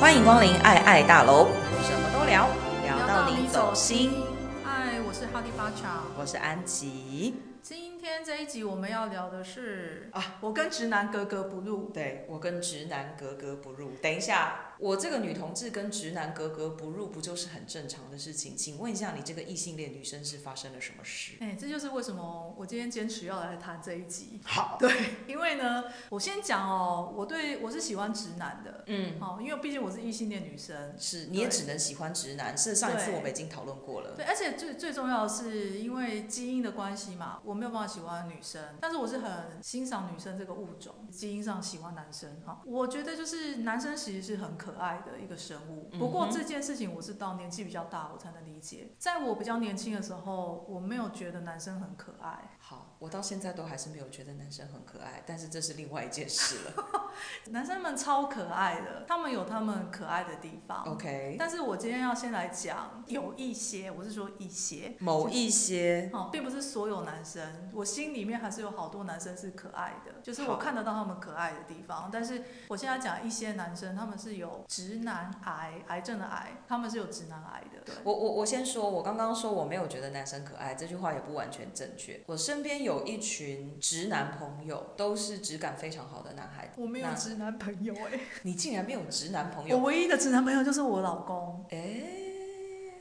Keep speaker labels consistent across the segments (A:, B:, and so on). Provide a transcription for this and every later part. A: 欢迎光临爱爱大楼，什么都聊，聊到你走心。
B: 嗨，我是哈利巴乔。
A: 我是安琪。
B: 今天这一集我们要聊的是
A: 啊，
B: 我跟直男格格不入。
A: 对我跟直男格格不入。等一下，我这个女同志跟直男格格不入，不就是很正常的事情？请问一下，你这个异性恋女生是发生了什么事？
B: 哎，这就是为什么我今天坚持要来谈这一集，
A: 好，
B: 因为呢，我先讲哦，我对我是喜欢直男的，
A: 嗯，
B: 哦，因为毕竟我是异性恋女生，
A: 是，你也只能喜欢直男。是上一次
B: 对
A: 我们已经讨论过了。
B: 对，而且最最重要的是，因为基因的关系嘛，我没有办法喜欢女生，但是我是很欣赏女生这个物种，基因上喜欢男生哈。我觉得就是男生其实是很可爱的一个生物，不过
A: 嗯哼
B: 这件事情我是到年纪比较大我才能理解，在我比较年轻的时候，我没有觉得男生很可爱，
A: 好，我到现在都还是没有觉得男生很可爱，但是这是另外一件事了。
B: 男生们超可爱的，他们有他们可爱的地方。
A: 哦 OK，
B: 但是我今天要先来讲有一些，我是说一些，
A: 某一些
B: 哦，并不是所有男生，我心里面还是有好多男生是可爱的，就是
A: 好
B: 我看得到他们可爱的地方。但是我现在讲一些男生，他们是有直男癌，癌症的癌，他们是有直男癌的。对，
A: 我我我先说，我刚刚说我没有觉得男生可爱，这句话也不完全正确。我身边有一群直男朋友，都是质感非常好的男孩子。
B: 我没有
A: 那
B: 直男朋友哎、
A: 你竟然没有直男朋
B: 我
A: 友？
B: 唯一的直男朋友就是我老公，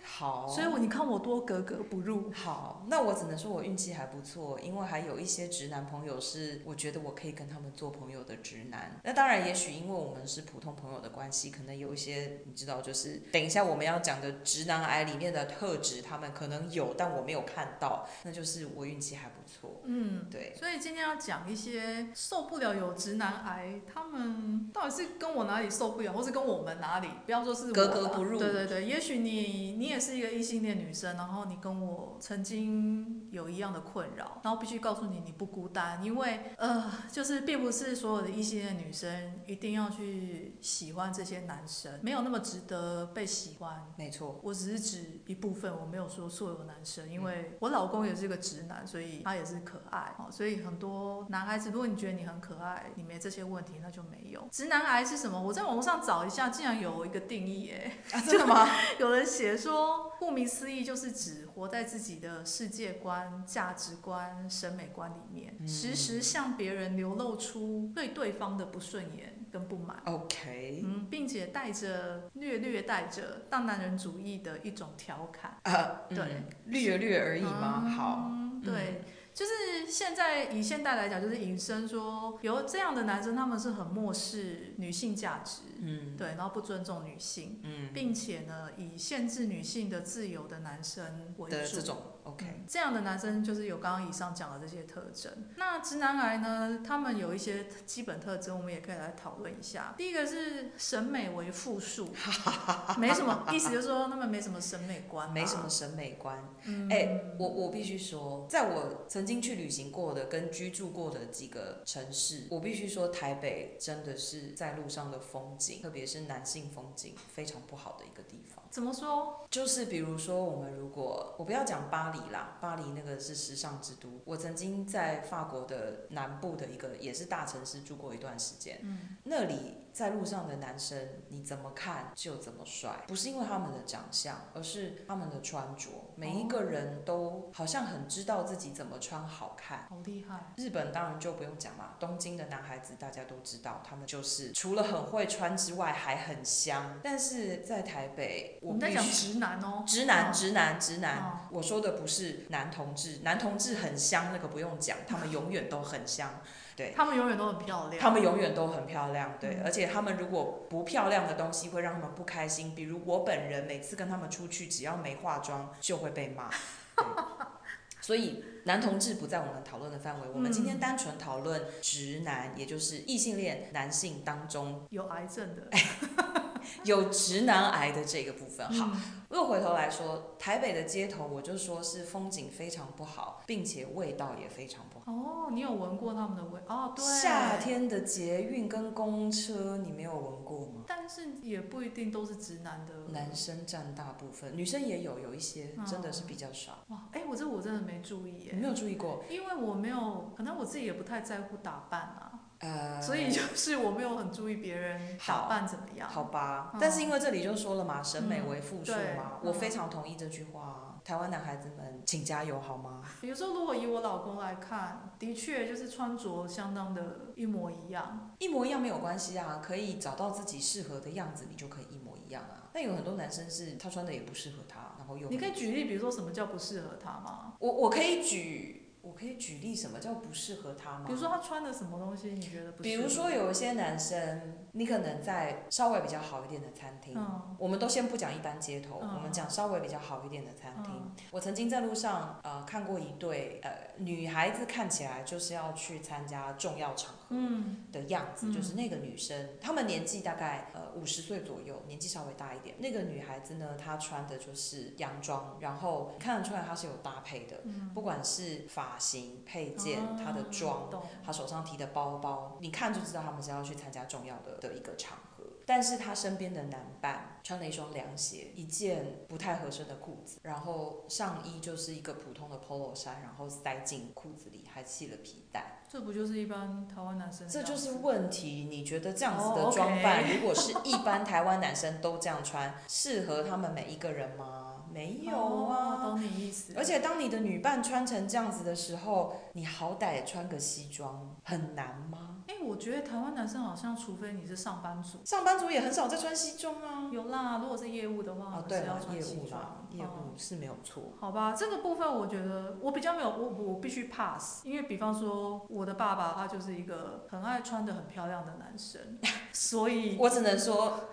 A: 好，
B: 所以我你看我多格格不入。
A: 好，那我只能说我运气还不错，因为还有一些直男朋友是我觉得我可以跟他们做朋友的直男。那当然，也许因为我们是普通朋友的关系，可能有一些你知道，就是等一下我们要讲的直男癌里面的特质，他们可能有，但我没有看到，那就是我运气还不错。
B: 嗯，
A: 对，
B: 所以今天要讲一些受不了有直男癌，他们到底是跟我哪里受不了，或是跟我们哪里？不要说是我啦
A: 格格不入
B: 对对对，也许你你也是一个异性恋女生，然后你跟我曾经有一样的困扰，然后必须告诉你你不孤单，因为呃，就是并不是所有的异性恋女生一定要去喜欢这些男生，没有那么值得被喜欢。
A: 没错，
B: 我只是指一部分，我没有说所有男生，因为我老公也是个直男，所以他也是可爱哦。所以很多男孩子，如果你觉得你很可爱，你没这些问题，那就没有。直男癌是什么？我在网络上找一下，竟然有一个定义诶，
A: 啊，真的吗？
B: 有人写说，顾名思义就是指活在自己的世界观、价值观、审美观里面，时时向别人流露出对对方的不顺眼跟不满。
A: OK，
B: 嗯，并且带着略略带着大男人主义的一种调侃，
A: 啊，
B: 对
A: 嗯，略略而已吗？好，
B: 嗯对，就是现在以现代来讲，就是引申说有这样的男生，他们是很漠视女性价值，
A: 嗯
B: 对，然后不尊重女性，
A: 嗯
B: 并且呢，以限制女性的自由的男生为
A: 的
B: 主
A: 这。种 OK，
B: 嗯这样的男生就是有刚刚以上讲的这些特征。那直男癌呢，他们有一些基本特征，我们也可以来讨论一下。第一个是审美为 负数，没什么意思，就是说他们没什么审美观，
A: 啊没什么。审美观。
B: 啊嗯，
A: 哎、我我必须说，在我曾经去旅行过的跟居住过的几个城市，我必须说，台北真的是在路上的风景，特别是男性风景非常不好的一个地方。
B: 怎么说？
A: 就是比如说，我们如果我不要讲巴黎啦，巴黎那个是时尚之都。我曾经在法国的南部的一个也是大城市住过一段时间，
B: 嗯，
A: 那里在路上的男生你怎么看就怎么帅，不是因为他们的长相，而是他们的穿着，每一
B: 哦
A: 个人都好像很知道自己怎么穿好看。
B: 好厉害。
A: 日本当然就不用讲嘛，东京的男孩子大家都知道，他们就是除了很会穿之外还很香。但是在台北，
B: 我
A: 我
B: 们在
A: 必
B: 讲
A: 须
B: 直男哦，
A: 直男，
B: 哦
A: 直男，直男
B: 哦。
A: 我说的不是男同志，男同志很香，那个不用
B: 嗯
A: 讲，他们永远都很香，
B: 他们永远都很漂亮。
A: 他们永远都很漂亮，对。
B: 啊嗯
A: 而且他们如果不漂亮的东西会让他们不开心，比如我本人每次跟他们出去，只要没化妆就会被 骂。对所以男同志不在我们讨论的范围，我们今天
B: 嗯
A: 单纯讨论直男，也就是异性恋男性当中
B: 有癌症的。
A: 有直男癌的这个部分。哎好，
B: 嗯，
A: 又回头来说，台北的街头，我就说是风景非常不好，并且味道也非常不好。
B: 哦，你有闻过他们的味？哦，对，
A: 夏。天的捷运跟公车，你没有闻过吗？
B: 但是也不一定都是直男的。
A: 男生占大部分，女生也有，有一些
B: 嗯
A: 真的是比较少。
B: 哇，哎，我这我真的没注意耶
A: 你。没有注意过？
B: 因为我没有，可能我自己也不太在乎打扮啊。
A: 呃，
B: 所以就是我没有很注意别人打扮怎么样。
A: 好吧
B: 嗯，
A: 但是因为这里就说了嘛，审美
B: 嗯
A: 为负数
B: 对
A: 嘛，
B: 嗯
A: 我非常同意这句话啊。台湾男孩子们，请加油好吗？
B: 比如说，如果以我老公来看，的确就是穿着相当的一模一样。
A: 一模一样没有关系啊，可以找到自己适合的样子，你就可以一模一样啊。但有很多男生是他穿的也不适合他，然后又
B: 你可以举例，比如说什么叫不适合他吗？
A: 我我可以举我可以举例什么叫不适合他吗？
B: 比如说他穿的什么东西，你觉得不适
A: 比
B: 合？
A: 如说有一些男生，你可能在稍微比较好一点的餐厅，
B: 嗯
A: 我们都先不讲一般街头，
B: 嗯
A: 我们讲稍微比较好一点的餐厅。
B: 嗯
A: 我曾经在路上呃看过一对呃女孩子看起来就是要去参加重要场合
B: 嗯
A: 的样子，
B: 嗯
A: 就是那个女生，她们年纪大概呃五十岁左右，年纪稍微大一点。那个女孩子呢，她穿的就是洋装，然后看得出来她是有搭配的，
B: 嗯，
A: 不管是发型、配件、
B: 哦
A: 她的妆。
B: 懂
A: 他手上提的包包，你看就知道他们是要去参加重要的的一个场合。但是他身边的男伴穿了一双凉鞋，一件不太合身的裤子，然后上衣就是一个普通的 polo 衫，然后塞进裤子里，还系了皮带。
B: 这不就是一般台湾男生的
A: 这
B: 样子？
A: 就是问题。你觉得这样子
B: 哦
A: 的
B: ，OK
A: 装扮如果是一般台湾男生都这样穿，适合他们每一个人吗？没有
B: 哦
A: 啊。
B: 懂你意思。
A: 而且当你的女伴穿成这样子的时候，你好歹也穿个西装，很难吗？
B: 哎、我觉得台湾男生好像，除非你是上班族，
A: 上班族也很少在穿西装啊。
B: 有啦。如果是业务的话，
A: 哦，
B: 还
A: 对
B: 是要
A: 了，
B: 穿
A: 业
B: 西
A: 务啦
B: 装，。
A: 业
B: 哦
A: 务是没有错。
B: 好吧，这个部分我觉得我比较没有，我我必须 pass，因为比方说我的爸爸他就是一个很爱穿的很漂亮的男生，所以
A: 我只能说，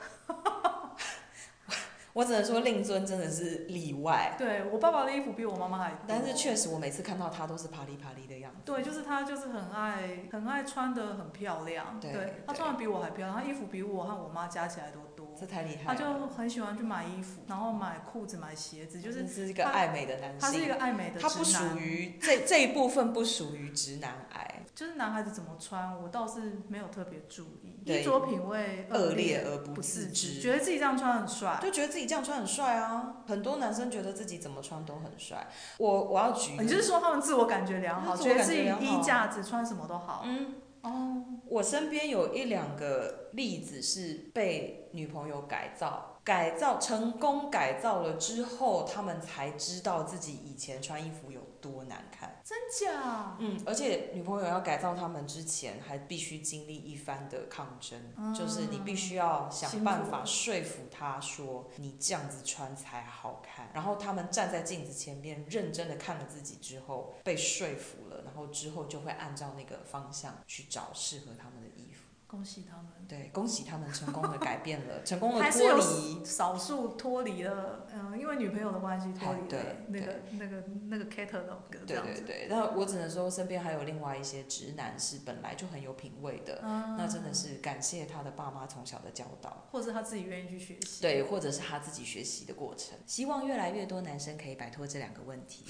A: 我只能说令尊真的是例外，
B: 对我爸爸的衣服比我妈妈还多，
A: 但是确实我每次看到他都是啪哩啪哩的样子。
B: 对，就是他就是很爱很爱穿的很漂亮，
A: 对
B: 他
A: 对
B: 穿的比我还漂亮，他衣服比我和我妈加起来都多，
A: 这太厉
B: 他
A: 害了。
B: 就很喜欢去买衣服，然后买裤子、买鞋子，就是
A: 真是一个
B: 他
A: 爱美的男
B: 他是一
A: 性，
B: 个爱美的直
A: 他
B: 男，
A: 不属于这这一部分不属于直男癌，
B: 就是男孩子怎么穿，我倒是没有特别注意，
A: 对
B: 衣着品味
A: 恶
B: 劣
A: 劣而不
B: 不
A: 自
B: 知，
A: 知。
B: 觉得自己这样穿很帅。
A: 就觉得自己这样穿很帅啊，很多男生觉得自己怎么穿都很帅。我我要举一个，
B: 哦你就是说他们自我感觉良好，
A: 自我
B: 觉
A: 感
B: 得
A: 觉
B: 自己
A: 良好
B: 衣架子穿什么都好。
A: 嗯，
B: 哦，
A: 我身边有一两个例子是被女朋友改造，改造成功改造了之后，他们才知道自己以前穿衣服有多难看。
B: 真假？
A: 嗯，而且女朋友要改造他们之前，还必须经历一番的抗争，
B: 嗯
A: 就是你必须要
B: 辛
A: 想
B: 苦
A: 办法说服她说你这样子穿才好看。然后他们站在镜子前面认真的看了自己之后，被说服了，然后之后就会按照那个方向去找适合他们的衣服。
B: 恭喜他们，
A: 对，恭喜他们成功的改变了，成功的
B: 还是有
A: 脱离。
B: 少数脱离了，嗯、因为女朋友的关系脱离了
A: 哎
B: 那
A: 对
B: 个那个那个 catalog 这
A: 对
B: 样
A: 对
B: 子。
A: 对，那我只能说身边还有另外一些直男是本来就很有品味的，
B: 嗯
A: 那真的，是感谢他的爸妈从小的教导，
B: 或者是他自己愿意去学习。
A: 对，或者是他自己学习的过程。希望越来越多男生可以摆脱这两个问题，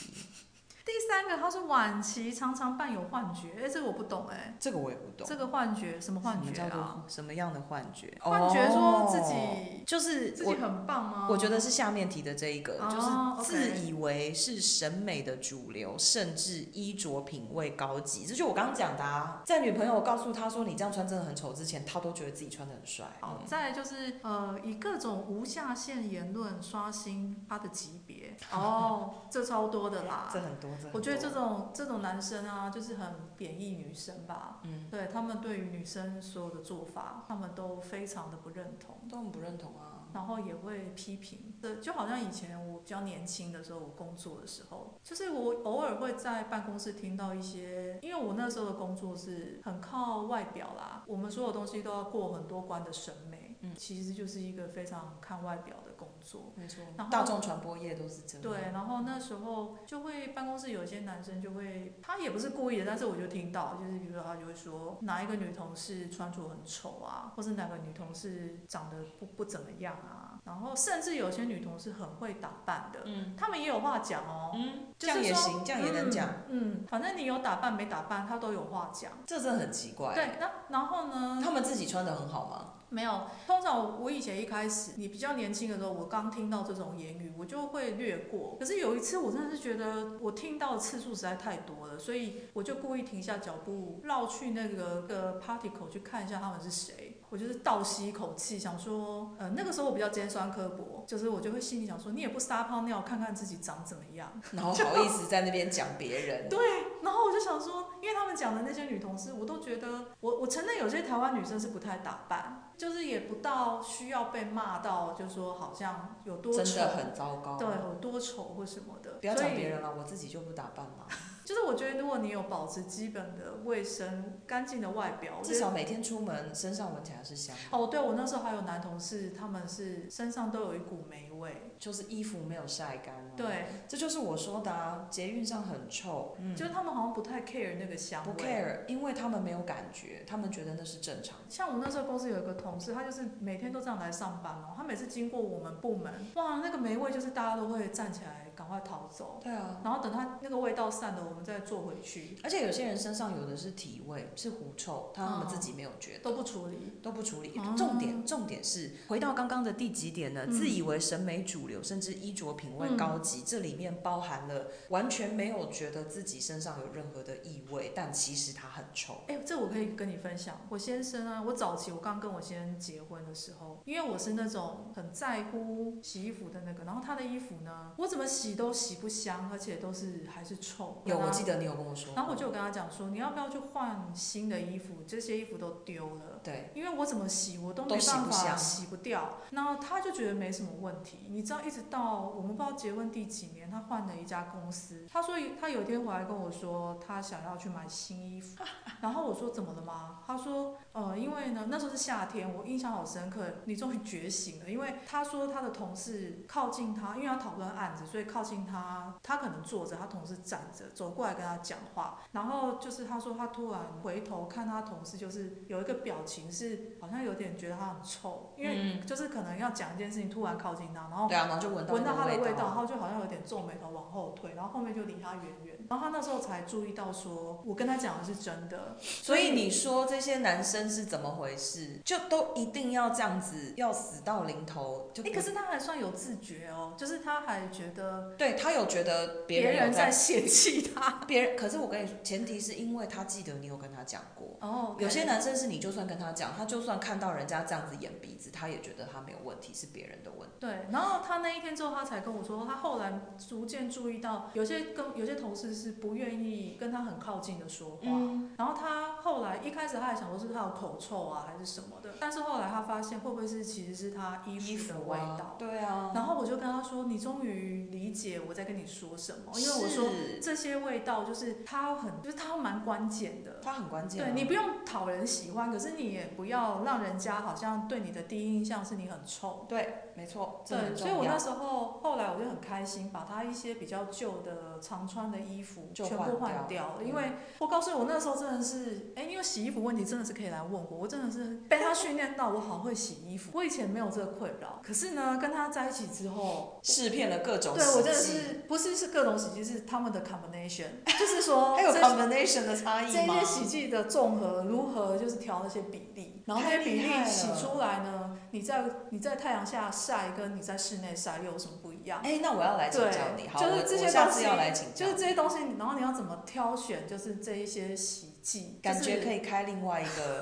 B: 第三个，他说晚期常常伴有幻觉，哎、这个我不懂哎、
A: 这个我也不懂。
B: 这个幻觉什么幻觉
A: 什么叫
B: 啊？
A: 做什么样的幻觉？
B: 幻觉说自
A: 哦
B: 己、
A: 就是
B: 自己
A: 我。
B: 很棒吗？
A: 我觉得是下面提的这一个，
B: 哦
A: 就是
B: ，OK
A: 自以为是审美的主流，甚至衣着品味高级，这就我刚刚讲的啊。在女朋友告诉他说你这样穿真的很丑之前，他都觉得自己穿的很帅。
B: 好，
A: 嗯
B: 再来就是呃，以各种无下限言论刷新他的级 别。哦，这超多的啦
A: 这。很多，这很多
B: 我觉得这种这种男生啊，就是很贬义女生吧。
A: 嗯
B: 对他们对于女生所有的做法，他们都非常的不认同，
A: 都很不认同啊。
B: 然后也会批评。对，就好像以前我比较年轻的时候，我工作的时候，就是我偶尔会在办公室听到一些，因为我那时候的工作是很靠外表啦，我们所有东西都要过很多关的审美，
A: 嗯
B: 其实就是一个非常看外表的工作。
A: 没错
B: 然后
A: 大众传播业都是这样。
B: 对，然后那时候就会办公室有一些男生就会，他也不是故意的，但是我就听到，就是比如说他就会说哪一个女同事穿着很丑啊，或是哪个女同事长得不不怎么样啊，然后甚至有些女同事很会打扮的，
A: 嗯
B: 他们也有话讲哦，
A: 嗯，
B: 就
A: 这
B: 是
A: 样也
B: 说
A: 行，这样也能讲，
B: 嗯，嗯，反正你有打扮没打扮，他都有话讲。
A: 这真的很奇怪。
B: 对，那然后呢？
A: 他们自己穿的很好吗？
B: 没有，通常我以前一开始，你比较年轻的时候，我刚听到这种言语，我就会略过。可是有一次，我真的是觉得我听到的次数实在太多了，所以我就故意停下脚步，绕去那个个 party 口去看一下他们是谁。我就是倒吸一口气，想说，呃，那个时候我比较尖酸刻薄，就是我就会心里想说，你也不撒泡尿看看自己长怎么样。
A: 然后好意思在那边讲别人，
B: 对，然后我就想说，因为他们讲的那些女同事，我都觉得，我我承认有些台湾女生是不太打扮，就是也不到需要被骂到，就说好像有多
A: 真
B: 丑，
A: 的很糟糕。
B: 对，有多丑或什么的。
A: 不要
B: 所
A: 讲
B: 以
A: 别人了，我自己就不打扮了，
B: 就是我觉得，如果你有保持基本的卫生、干净的外表，我觉
A: 至
B: 得
A: 少每天出门身上闻起来是香的，
B: 哦，对我那时候还有男同事，他们是身上都有一股霉味。
A: 就是衣服没有晒干啊。，
B: 对，
A: 这就是我说的啊，捷运上很臭，嗯，
B: 就是他们好像不太 care 那个香味。
A: 不 care，因为他们没有感觉，他们觉得那是正常的。
B: 像我那时候公司有一个同事，他就是每天都这样来上班哦。他每次经过我们部门，哇，那个霉味就是大家都会站起来赶快逃走，
A: 对啊，
B: 然后等他那个味道散了，我们再坐回去，
A: 而且有些人身上有的是体味，是狐臭，他们自己没有觉得。
B: 都不处理。
A: 都不处理
B: 哦。
A: 重点重点是回到刚刚的第几点呢？
B: 嗯
A: 自以为审美主流，甚至衣着品味高级，这里面包含了完全没有觉得自己身上有任何的异味，但其实它很臭。
B: 哎、这我可以跟你分享。我先生啊，我早期我刚跟我先生结婚的时候，因为我是那种很在乎洗衣服的那个，然后他的衣服呢，我怎么洗都洗不香，而且都是还是臭。
A: 有，
B: 然
A: 我
B: 后
A: 记得你有跟我说。
B: 啊然后我就有跟他讲说，你要不要去换新的衣服？这些衣服都丢了。
A: 对，
B: 因为我怎么洗我都没
A: 都洗
B: 办
A: 不
B: 法
A: 下
B: 洗不掉，然后他就觉得没什么问题。你知道，一直到我们不知道结婚第几年，他换了一家公司，他说他有一天回来跟我说，他想要去买新衣服，然后我说怎么了吗？他说呃，因为呢那时候是夏天，我印象好深刻，你终于觉醒了，因为他说他的同事靠近他，因为要讨论案子，所以靠近他，他可能坐着，他同事站着，走过来跟他讲话，然后就是他说他突然回头看他同事，就是有一个表情是好像有点觉得他很臭，因为
A: 嗯，
B: 就是可能要讲一件事情，突然靠近他，然后
A: 对啊，然后就闻到
B: 闻到他
A: 那
B: 的
A: 个
B: 味道，然
A: 道。
B: 后就好像有点皱眉头往后退，然后后面就离他远远。然后他那时候才注意到说，我跟他讲的是真的，
A: 所以你说这些男生是怎么回事？就都一定要这样子，要死到临头就
B: 哎、
A: 不。
B: 可是他还算有自觉哦，就是他还觉得
A: 对他有觉得别
B: 别
A: 人
B: 人
A: 有在
B: 在嫌弃他。
A: 别人，可是我跟你说，前提是因为他记得你有跟他讲过。
B: 哦
A: 有些男生是你就算跟他讲，他就算看到人家这样子演鼻子，他也觉得他没有问题，是别人的问题。
B: 对，然后他那一天之后，他才跟我说，他后来逐渐注意到，有些跟有些同事是不愿意跟他很靠近的说话。
A: 嗯，
B: 然后他后来一开始他还想说是不是他有口臭啊，还是什么的，但是后来他发现会不会是其实是他衣
A: 衣
B: 服的
A: 服
B: 味
A: 啊
B: 道。
A: 对啊，
B: 然后我就跟他说：“你终于理解我在跟你说什么，因为我说
A: 是
B: 这些味道就是它很，就是它蛮关键的。
A: 他很关键啊、
B: 对你不用讨人喜欢，可是你也不要让人家好像对你的第一印象是你很臭。
A: 对，没错，这
B: 对，
A: 很
B: 所以我
A: 重
B: 那
A: 要。
B: 时候后来我就很开心，把他一些比较旧的常穿的衣服
A: 就
B: 全部换
A: 换掉
B: 掉了。
A: 嗯
B: 因为我告诉你，我那时候真的是，哎，因为洗衣服问题真的是可以来问我，我真的是被他训练到我好会洗衣服，我以前没有这个困扰。可是呢，跟他在一起之后，
A: 试骗了各种，
B: 对我真的，是不是是各种洗剂，是他们的 combination，就 是说
A: 还有
B: 这
A: combination 的差
B: 这
A: 异吗
B: 些？洗剂的综合如何就是调那些比例，然后那些比例洗出来呢，你在你在太阳下晒跟你在室内晒又有什么不一样？
A: 哎、那我要来请教你，
B: 啊对
A: 好，
B: 就是
A: 我
B: 这些
A: 我下
B: 东
A: 次
B: 西
A: 要来请
B: 就
A: 教
B: 是。这些东西，然后你要怎么挑选？就是这一些洗剂，
A: 感觉
B: 就是
A: 可以开另外一 个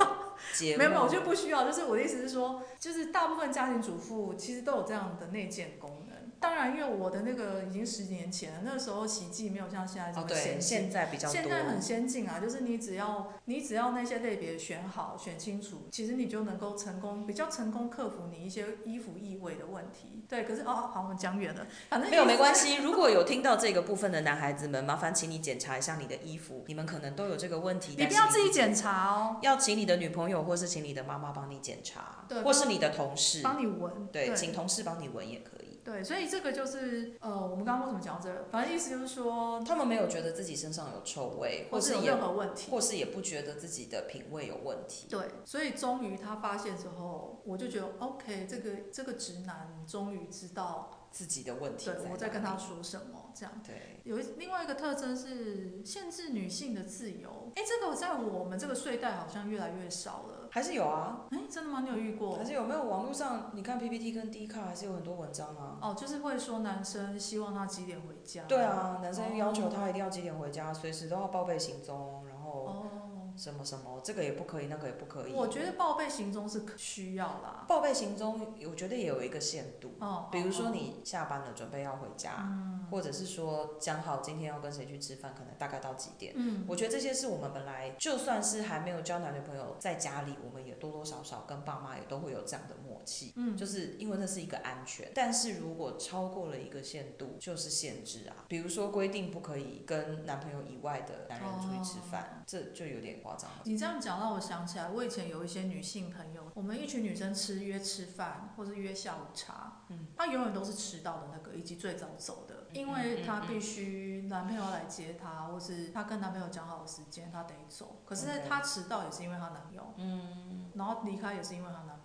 A: 节目，哦
B: 没有没有，我觉得不需要。就是我的意思是说，就是大部分家庭主妇其实都有这样的内建功能。当然，因为我的那个已经十几年前了，那时候洗剂没有像现在这
A: 哦，
B: 么
A: 对，
B: 先进。
A: 现在比较多，
B: 现在很先进啊，就是你只要你只要那些类别选好、选清楚，其实你就能够成功，比较成功克服你一些衣服异味的问题。对，可是哦，好，我们讲远了，反正
A: 没有
B: 意思
A: 没关系，如果有听到这个部分的男孩子们，麻烦请你检查一下你的衣服，你们可能都有这个问题。
B: 你
A: 但
B: 不
A: 是
B: 要自己检查哦，
A: 要请你的女朋友或是请你的妈妈帮你检查，
B: 对
A: 或是你的同事，
B: 帮你闻。
A: 对，
B: 对
A: 请同事帮你闻也可以。
B: 对所以这个就是呃，我们刚刚为什么讲到这个？反正意思就是说，
A: 他们没有觉得自己身上有臭味，
B: 或
A: 或
B: 是
A: 是
B: 有
A: 也
B: 任何问题。
A: 或是也不觉得自己的品味有问题。
B: 对，所以终于他发现之后，我就觉得 OK，这个这个直男终于知道
A: 自己的问题
B: 对我在跟
A: 哪
B: 他
A: 里
B: 说什么这样。
A: 对，
B: 有一另外一个特征是限制女性的自由，哎，这个在我们这个岁代好像越来越少了。
A: 还是有啊，
B: 哎，真的吗？你有遇过
A: 还？是有没有网络上你看 PPT 跟 D 卡还是有很多文章啊。
B: 哦，就是会说男生希望他几点回家。
A: 对。啊，男
B: 哦
A: 生要求他一定要几点回家，随时都要报备行踪，然后
B: 哦，
A: 什么什么，这个也不可以，那个也不可以。
B: 我觉得报备行踪是可需要啦。
A: 报备行踪，我觉得也有一个限度。
B: 哦，
A: 比如说
B: 哦，嗯
A: 你下班了，准备要回家，或者是说讲好今天要跟谁去吃饭，可能大概到几点。
B: 嗯，
A: 我觉得这些是我们本来就算是还没有交男女朋友，在家里我们也多多少少跟爸妈也都会有这样的默契，
B: 嗯
A: 就是因为那是一个安全。但是如果超过了一个限度，就是限制啊，比如说规定不可以跟男朋友以外的男人出去吃饭，这就有点夸张了。
B: 你这样讲让我想起来，我以前有一些女性朋友，我们一群女生吃约吃饭或是约下午茶，
A: 嗯，
B: 她永远都是迟到的那个，以及最早走的，
A: 嗯
B: 因为
A: 嗯
B: 她
A: 嗯
B: 必须男朋友来接她，或是她跟男朋友讲好时间，她得走。可是
A: OK
B: 她迟到也是因为她男朋友，
A: 嗯
B: 然后离开也是因为她男朋友。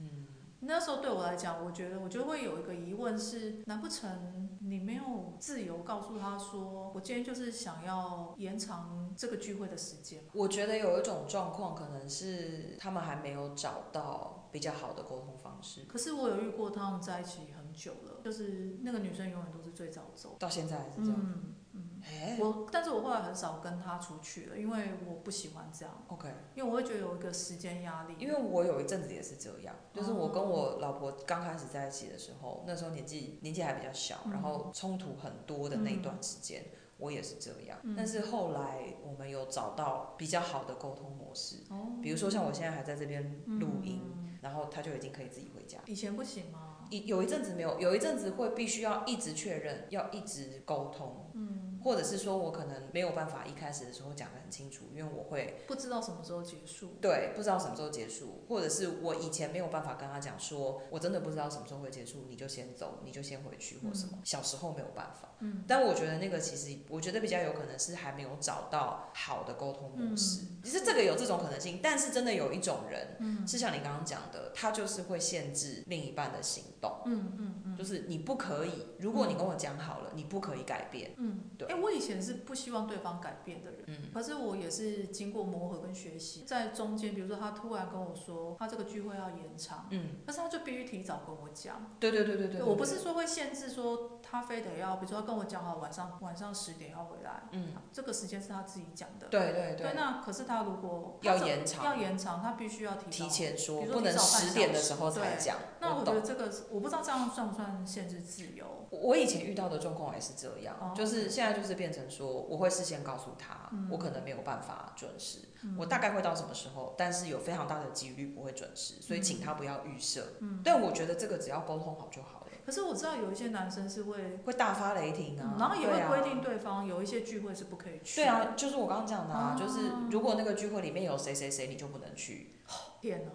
A: 嗯，
B: 那时候对我来讲，我觉得我就会有一个疑问是：难不成你没有自由告诉他说，我今天就是想要延长这个聚会的时间吗？
A: 我觉得有一种状况可能是他们还没有找到比较好的沟通方式，
B: 可是我有遇过他们在一起很久了，就是那个女生永远都是最早走。
A: 到现在还是这样。
B: 嗯嗯，
A: 哎、
B: 我但是我后来很少跟她出去了，因为我不喜欢这样，
A: o k
B: 因为我会觉得有一个时间压力。
A: 因为我有一阵子也是这样，就是
B: 哦
A: 我跟我老婆刚开始在一起的时候，那时候年纪年纪还比较小，
B: 嗯
A: 然后冲突很多的那一段时间，我也是这样。
B: 嗯
A: 但是后来我们有找到比较好的沟通模式，
B: 哦
A: 比如说像我现在还在这边录音，
B: 嗯
A: 然后他就已经可以自己回家。
B: 以前不行吗？
A: 一有一阵子没有，有一阵子会必须要一直确认，要一直沟通，
B: 嗯，
A: 或者是说我可能没有办法一开始的时候讲得很清楚，因为我会
B: 不知道什么时候结束。
A: 对，不知道什么时候结束，或者是我以前没有办法跟他讲说，我真的不知道什么时候会结束，你就先走，你就先回去或什么。小时候没有办法，
B: 嗯，
A: 但我觉得那个其实，我觉得比较有可能是还没有找到好的沟通模式。
B: 嗯
A: 其实这个有这种可能性，但是真的有一种人。
B: 嗯
A: 是像你刚刚讲的，他就是会限制另一半的行动，
B: 嗯嗯嗯，
A: 就是你不可以。如果你跟我讲好了，你不可以改变。
B: 嗯，
A: 对
B: 哎、我以前是不希望对方改变的人，
A: 嗯
B: 可是我也是经过磨合跟学习，在中间，比如说他突然跟我说他这个聚会要延长，
A: 嗯，
B: 但是他就必须提早跟我讲。
A: 对对对对对对
B: 我不是说会限制说他非得要，比如说他跟我讲好晚上晚上十点要回来，
A: 嗯，
B: 这个时间是他自己讲的。
A: 对对
B: 对，那可是他如果
A: 要
B: 他怎
A: 延长
B: 要延长，他必须要提
A: 提
B: 早。
A: 前说，
B: 比如说
A: 不能
B: 提早半小
A: 十
B: 时
A: 点的时候才讲。
B: 那我
A: 懂
B: 觉得这个是我不知道这样算不算限制自由？
A: 我我以前遇到的状况也是这样，
B: 哦
A: 就是现在就是变成说，我会事先告诉他，
B: 嗯
A: 我可能没有办法准时，
B: 嗯
A: 我大概会到什么时候，但是有非常大的几率不会准时，所以
B: 嗯
A: 请他不要预设。
B: 嗯
A: 但我觉得这个只要沟通好就好了，
B: 可是我知道有一些男生是会
A: 会大发雷霆啊，
B: 嗯然后也会规定
A: 对啊。
B: 对方有一些聚会是不可以去。
A: 对，啊，就是我刚刚讲的啊，
B: 哦
A: 就是如果那个聚会里面有谁谁谁，你就不能去，
B: 天哪，啊这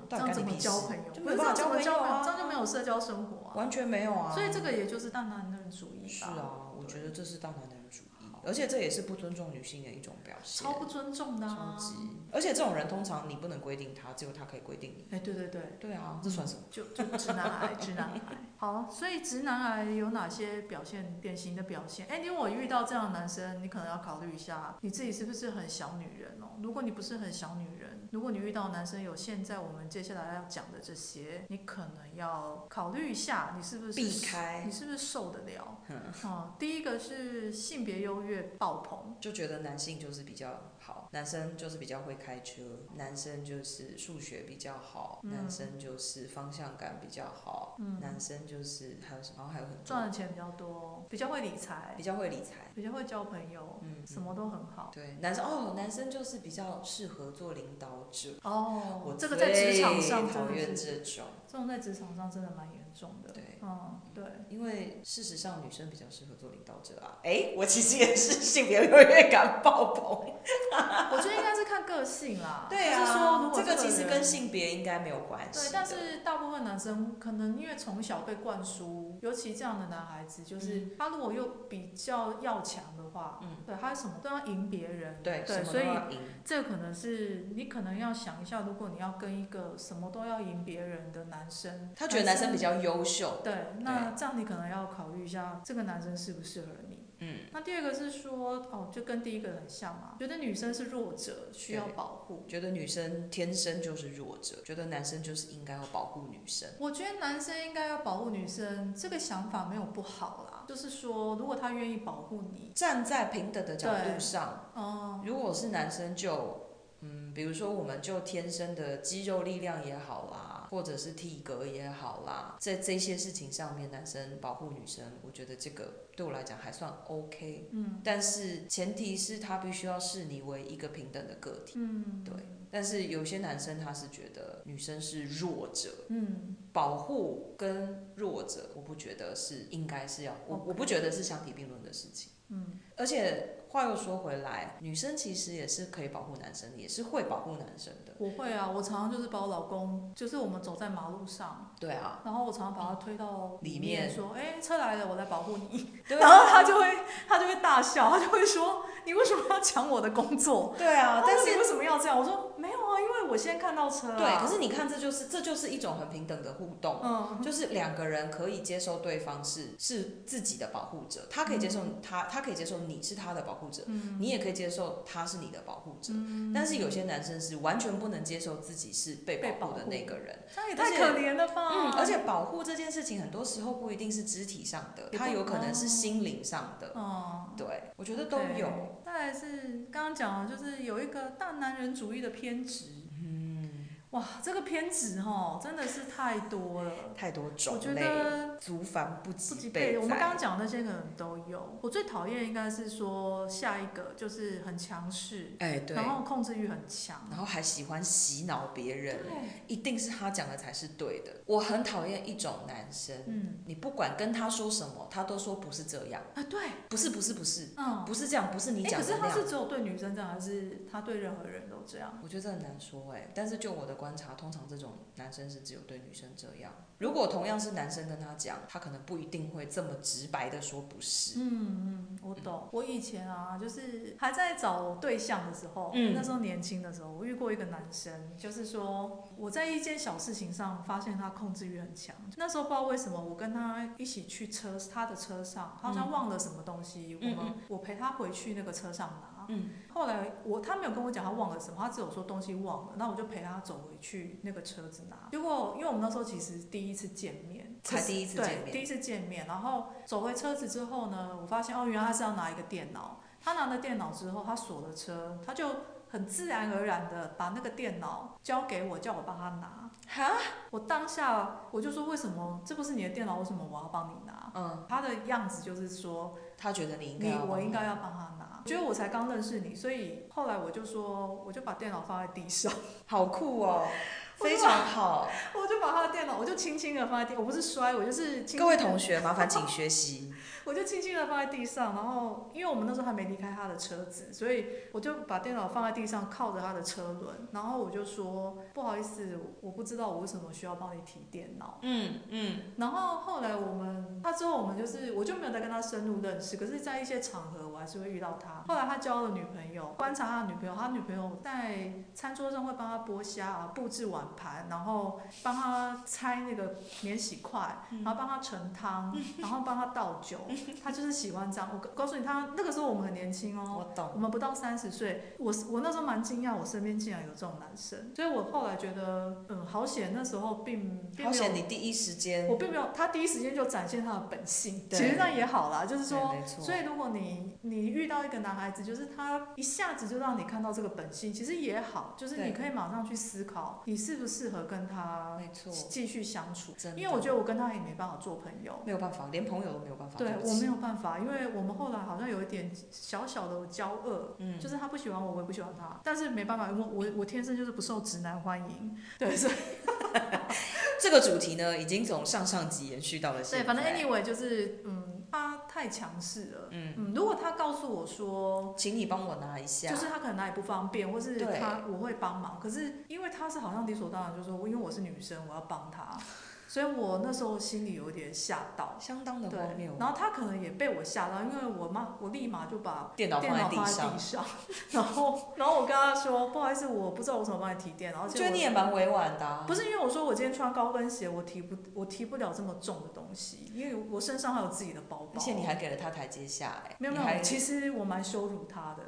A: 到底
B: 样
A: 干
B: 怎
A: 你
B: 么
A: 屁事
B: 交朋友？
A: 就
B: 不
A: 没
B: 是这
A: 办法
B: 样怎么
A: 交
B: 交
A: 朋友
B: 朋
A: 啊
B: 友，这样就没有社交生活啊。
A: 完全没有啊。
B: 所以这个也就是大男人主义
A: 是
B: 吧？
A: 啊，我觉得这是大男人主义，而且这也是不尊重女性的一种表现。
B: 超不尊重的、
A: 超
B: 啊。
A: 级，而且这种人通常你不能规定他，只有他可以规定你。
B: 哎，对对对，
A: 对啊，这算什么？
B: 就就直男癌，直男癌。 好，所以直男癌有哪些表现？典型的表现？哎，你如果遇到这样的男生，你可能要考虑一下，你自己是不是很小女人哦？如果你不是很小女人，如果你遇到男生有现在我们接下来要讲的这些，你可能要考虑一下，你是不是
A: 避开
B: 你是不是受得了？
A: 嗯
B: 哦，第一个是性别优越爆棚，
A: 就觉得男性就是比较好，男生就是比较会开车，男生就是数学比较好，
B: 嗯
A: 男生就是方向感比较好，
B: 嗯
A: 男生就是还有什么，然后还有很
B: 赚
A: 多
B: 的钱比较多，比较会理财
A: 比，较会理财，
B: 比较会交朋友，
A: 嗯，
B: 什么都很好。
A: 对，男生哦，男生就是比较适合做领导者。
B: 哦
A: 我，
B: 这个在职场上
A: 最讨
B: 真
A: 厌
B: 的是，
A: 这种，
B: 这种在职场上真的蛮严重的。
A: 对
B: 嗯，对。
A: 因为事实上女生比较适合做领导者啊。哎，我其实也是性别优越感爆棚。
B: 我觉得应该是看个性啦。
A: 对
B: 就
A: 啊，
B: 是说如果
A: 这个
B: 个
A: 其实跟
B: 人
A: 性别应该没有关系
B: 对
A: 的。，
B: 但是大部分男生可能因为从小被灌输，尤其这样的男孩子，就是他如果又比较要强的话，
A: 嗯，
B: 对他什么都要赢别人，
A: 对
B: 对
A: 什么
B: 所
A: 都
B: 以
A: 要赢。
B: 这可能是你可能要想一下，如果你要跟一个什么都要赢别人的男生，
A: 他觉得男生比较优秀，
B: 对，那这样你可能要考虑一下，这个男生适不适合你。
A: 嗯，
B: 那第二个是说，哦，就跟第一个很像嘛，觉得女生是弱者，需要
A: 对
B: 保护。
A: 觉得女生天生就是弱者，觉得男生就是应该要保护女生。
B: 我觉得男生应该要保护女生，这个想法没有不好啦。就是说，如果他愿意保护你，
A: 站在平等的角度
B: 对
A: 上，
B: 哦、
A: 如果是男生就。嗯，比如说，我们就天生的肌肉力量也好啦，或者是体格也好啦，在这些事情上面，男生保护女生，我觉得这个对我来讲还算 OK。
B: 嗯
A: 但是前提是他必须要视你为一个平等的个体。
B: 嗯，
A: 对但是有些男生他是觉得女生是弱者，
B: 嗯，
A: 保护跟弱者，我不觉得是应该是要，我
B: OK
A: 我不觉得是相提并论的事情。
B: 嗯，
A: 而且话又说回来，女生其实也是可以保护男生的，也是会保护男生的。
B: 我会啊，我常常就是把我老公，就是我们走在马路上，
A: 对啊，
B: 然后我常常把他推到
A: 里面
B: 面，说：“哎、车来了，我来保护你。”
A: 对
B: 然后
A: 啊，
B: 他就会他就会大笑，他就会说：“你为什么要抢我的工作？”
A: 对啊，但
B: 他说哦你
A: 是
B: 为什么要这样？我说没有啊，因为我先看到车、啊。
A: 对，可是你看，这就是这就是一种很平等的互动。
B: 嗯，
A: 就是两个人可以接受对方是是自己的保护者，他可以接受他，他可以接受你是他的保护者，
B: 嗯
A: 你也可以接受他是你的保护者。
B: 嗯
A: 但是有些男生是完全不能接受自己是被
B: 被
A: 保护
B: 保
A: 的
B: 护
A: 那个人，
B: 这样也
A: 而
B: 太
A: 且
B: 可怜了吧？
A: 嗯，而且保护这件事情，很多时候不一定是肢体上的，
B: 也不
A: 它有可能
B: 哦
A: 是心灵上的。
B: 嗯，
A: 对，我觉得都有。。
B: 再来是刚刚讲的，就是有一个大男人主义的偏执。
A: 嗯，
B: 哇，这个偏执哈，真的是太多了。
A: 太多
B: 我
A: 种
B: 觉
A: 类，
B: 得
A: 族繁不
B: 不及
A: 及
B: 备。
A: 备
B: 我们
A: 载
B: 刚刚讲的那些可能都有。我最讨厌应该是说下一个就是很强势，
A: 哎，对，
B: 然后控制欲很强。嗯
A: 然后还喜欢洗脑别
B: 对，
A: 人，一定是他讲的才是对的。我很讨厌一种男生，
B: 嗯，
A: 你不管跟他说什么，他都说不是这样，
B: 啊对，
A: 不是不是不是，
B: 嗯。
A: 不是这样，不是你
B: 哎，
A: 讲
B: 可
A: 的
B: 是
A: 那
B: 他
A: 样。
B: 是只有对女生这样，还是他对任何人都这样？
A: 我觉得这很难说哎、但是就我的观察，通常这种男生是只有对女生这样。如果同样是男生跟他讲，他可能不一定会这么直白的说不是。
B: 嗯嗯，我懂。我以前啊，就是还在找对象的时候，
A: 嗯
B: 那时候年轻的时候，我遇过一个男生，就是说我在一件小事情上发现他控制欲很强。那时候不知道为什么，我跟他一起去车他的车上，他好像忘了什么东西，
A: 嗯
B: 我
A: 嗯
B: 们我陪他回去那个车上拿。
A: 嗯
B: 后来我他没有跟我讲他忘了什么，他只有说东西忘了，那我就陪他走回去那个车子拿。结果因为我们那时候其实第一次见面，
A: 才第一次见面
B: 对，第一次见面。然后走回车子之后呢，我发现哦，原来他是要拿一个电脑。他拿了电脑之后，他锁了车，他就很自然而然的把那个电脑交给我，叫我帮他拿。
A: 哈，
B: 我当下我就说为什么这不是你的电脑，为什么我要帮你拿？
A: 嗯，
B: 他的样子就是说
A: 他觉得你应该
B: 你
A: 要
B: 我
A: 帮
B: 应
A: 他
B: 该要帮他拿。我觉得我才刚认识你，所以后来我就说，我就把电脑放在地上，
A: 好酷哦，
B: 我就
A: 非常好。
B: 我就把他的电脑，我就轻轻的放在地，我不是摔，我就是轻
A: 各位同
B: 学，
A: 学，麻烦请学习。
B: 我就轻轻的放在地上，然后因为我们那时候还没离开他的车子，所以我就把电脑放在地上，靠着他的车轮，然后我就说不好意思，我不知道我为什么需要帮你提电脑。
A: 嗯嗯，
B: 然后后来我们他之后我们就是我就没有再跟他深入认识，可是，在一些场合我还是会遇到他。后来他交了女朋友，观察他的女朋友，他女朋友在餐桌上会帮他剥虾啊，布置碗盘，然后帮他拆那个免洗筷，
A: 嗯
B: 然后帮他盛汤，然后帮他倒酒，他就是喜欢这样。我告诉你，他那个时候我们很年轻哦，
A: 我懂。
B: 我们不到三十岁，我我那时候蛮惊讶，我身边竟然有这种男生，所以我后来觉得，嗯，好险，那时候并并
A: 好
B: 没有
A: 险你第一时间
B: 我，并没有，他第一时间就展现他的本性，
A: 对
B: 其实那也好啦，就是
A: 对
B: 说。
A: 没错
B: 所，以，如果你你遇到一个男孩子，就是他一下子就让你看到这个本性，其实也好，就是
A: 对
B: 你可以马上去思考，你适不适合跟他
A: 没错，
B: 继续相处。
A: 真的。
B: 因为我觉得我跟他也没办法做朋友，
A: 没有办法，连朋友都没有办法。
B: 对
A: 不
B: 我
A: 起
B: 没有办法，因为我们后来好像有一点小小的交恶，
A: 嗯
B: 就是他不喜欢我，我也不喜欢他，但是没办法，我我我天生就是不受直男欢迎，对，所以
A: 这个主题呢，已经从上上集延续到了现
B: 对，
A: 在。
B: 反正 anyway 就是嗯，他太强势了。
A: 嗯，
B: 嗯，如果他告诉我说
A: 请你帮我拿一下，
B: 就是他可能哪里不方便，或是
A: 对
B: 他我会帮忙，可是因为他是好像理所当然，就说因为我是女生，我要帮 他，所以我那时候心里有点吓到，
A: 相当的荒
B: 对
A: 谬，。
B: 然后他可能也被我吓到，因为我妈我立马就把
A: 电脑
B: 电
A: 放
B: 脑
A: 在
B: 放
A: 地
B: 在
A: 上
B: 地，上，然后然后我跟他说不好意思，我不知道我怎么帮你提电，然后
A: 我
B: 结
A: 觉得
B: 果
A: 你也蛮委婉的、啊。
B: 不是因为我说我今天穿高跟鞋，我提不我提不了这么重的东西，因为我身上还有自己的包包，
A: 而且你还给了他台阶下、哎，
B: 没有
A: 你
B: 没有，
A: 还
B: 其实我蛮羞辱他的。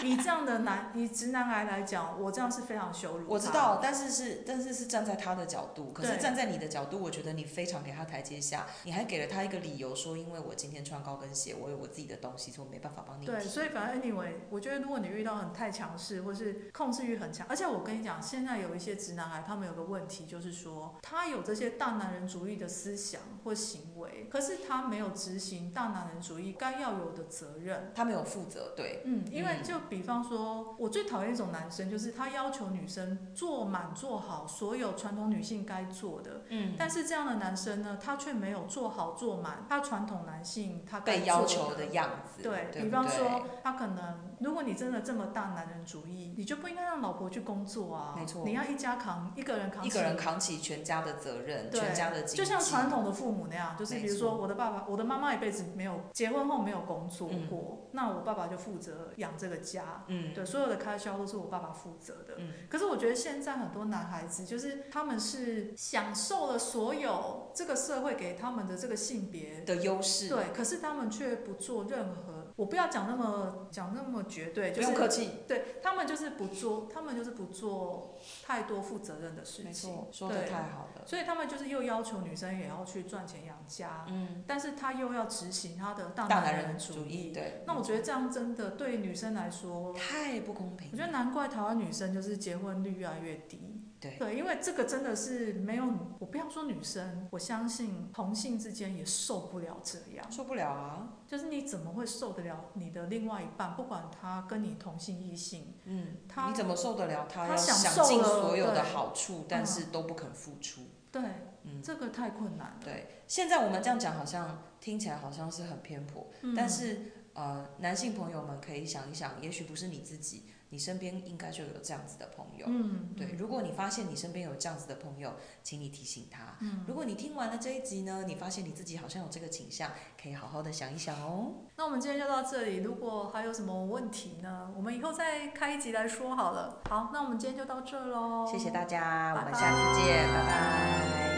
B: 以这样的男，以直男癌来讲，我这样是非常羞辱。
A: 我知，道，但是是但是是站在他的角度，可是
B: 对
A: 站在你的角度，我觉得你非常给他台阶下，你还给了他一个理由，说因为我今天穿高跟鞋，我有我自己的东西，所以我没办法帮你提。
B: 对，所以反正 anyway，我觉得如果你遇到很太强势或是控制欲很强，而且我跟你讲，现在有一些直男癌，他们有个问题就是说，他有这些大男人主义的思想或行为，可是他没有执行大男人主义该要有的责任。
A: 他没有负责，对，
B: 嗯，因为
A: 嗯
B: 就比方说，我最讨厌一种男生，就是他要求女生做满做好所有传统女性该做的，
A: 嗯，
B: 但是这样的男生呢，他却没有做好做满他传统男性他该
A: 被要
B: 做
A: 求的。样子，
B: 对
A: 对不
B: 比方
A: 对
B: 说，他可能，如果你真的这么大男人主义，你就不应该让老婆去工作啊，
A: 没错
B: 你要一家扛一个人扛
A: 一
B: 起
A: 个人扛起全家的责任，
B: 对
A: 全家的经济，
B: 就像传统的父母那样，就是比如
A: 没
B: 说我的爸爸，我的妈妈一辈子没有结婚后没有工作
A: 嗯
B: 过，那我爸爸就负责养这个家，
A: 嗯，
B: 对，所有的开销都是我爸爸负责的。
A: 嗯
B: 可是我觉得现在很多男孩子，就是他们是享受了所有这个社会给他们的这个性别，
A: 的优势，
B: 对，可是他们却不做任何，我不要讲那么讲那么绝对，就
A: 不用客
B: 是
A: 气，
B: 对他们就是不做，他们就是不做太多负责任的事
A: 没
B: 情
A: 错，，说的
B: 对，
A: 太好了，
B: 所以他们就是又要求女生也要去赚钱养家，
A: 嗯，
B: 但是他又要执行他的大
A: 大
B: 男
A: 男
B: 人
A: 人
B: 主
A: 主义，。对，
B: 那我觉得这样真的对女生来说，
A: 太不公平
B: 我觉，得难怪台湾女生就是结婚率越来越低。
A: 对
B: 因为这个真的是没有，我不要说女生，我相信同性之间也受不了这样。
A: 受不了啊，
B: 就是你怎么会受得了你的另外一半，不管他跟你同性异性，
A: 嗯，
B: 他
A: 你怎么受得了他
B: 他
A: 要
B: 享
A: 想
B: 受
A: 尽
B: 了
A: 所有的
B: 对嗯
A: 好处，但是都不肯付出，
B: 对，
A: 嗯，
B: 这个太困难了。
A: 对。现在我们这样讲好像听起来好像是很偏颇，
B: 嗯
A: 但是呃，男性朋友们可以想一想，也许不是你自己，你身边应该就有这样子的朋友。
B: 嗯，
A: 对，如果你发现你身边有这样子的朋友，请你提醒他。
B: 嗯
A: 如果你听完了这一集呢，你发现你自己好像有这个倾向，可以好好的想一想哦。
B: 那我们今天就到这里，如果还有什么问题呢，我们以后再开一集来说好了。好，那我们今天就到这喽，
A: 谢谢大家，我
B: 拜
A: 们
B: 拜
A: 下次见，拜拜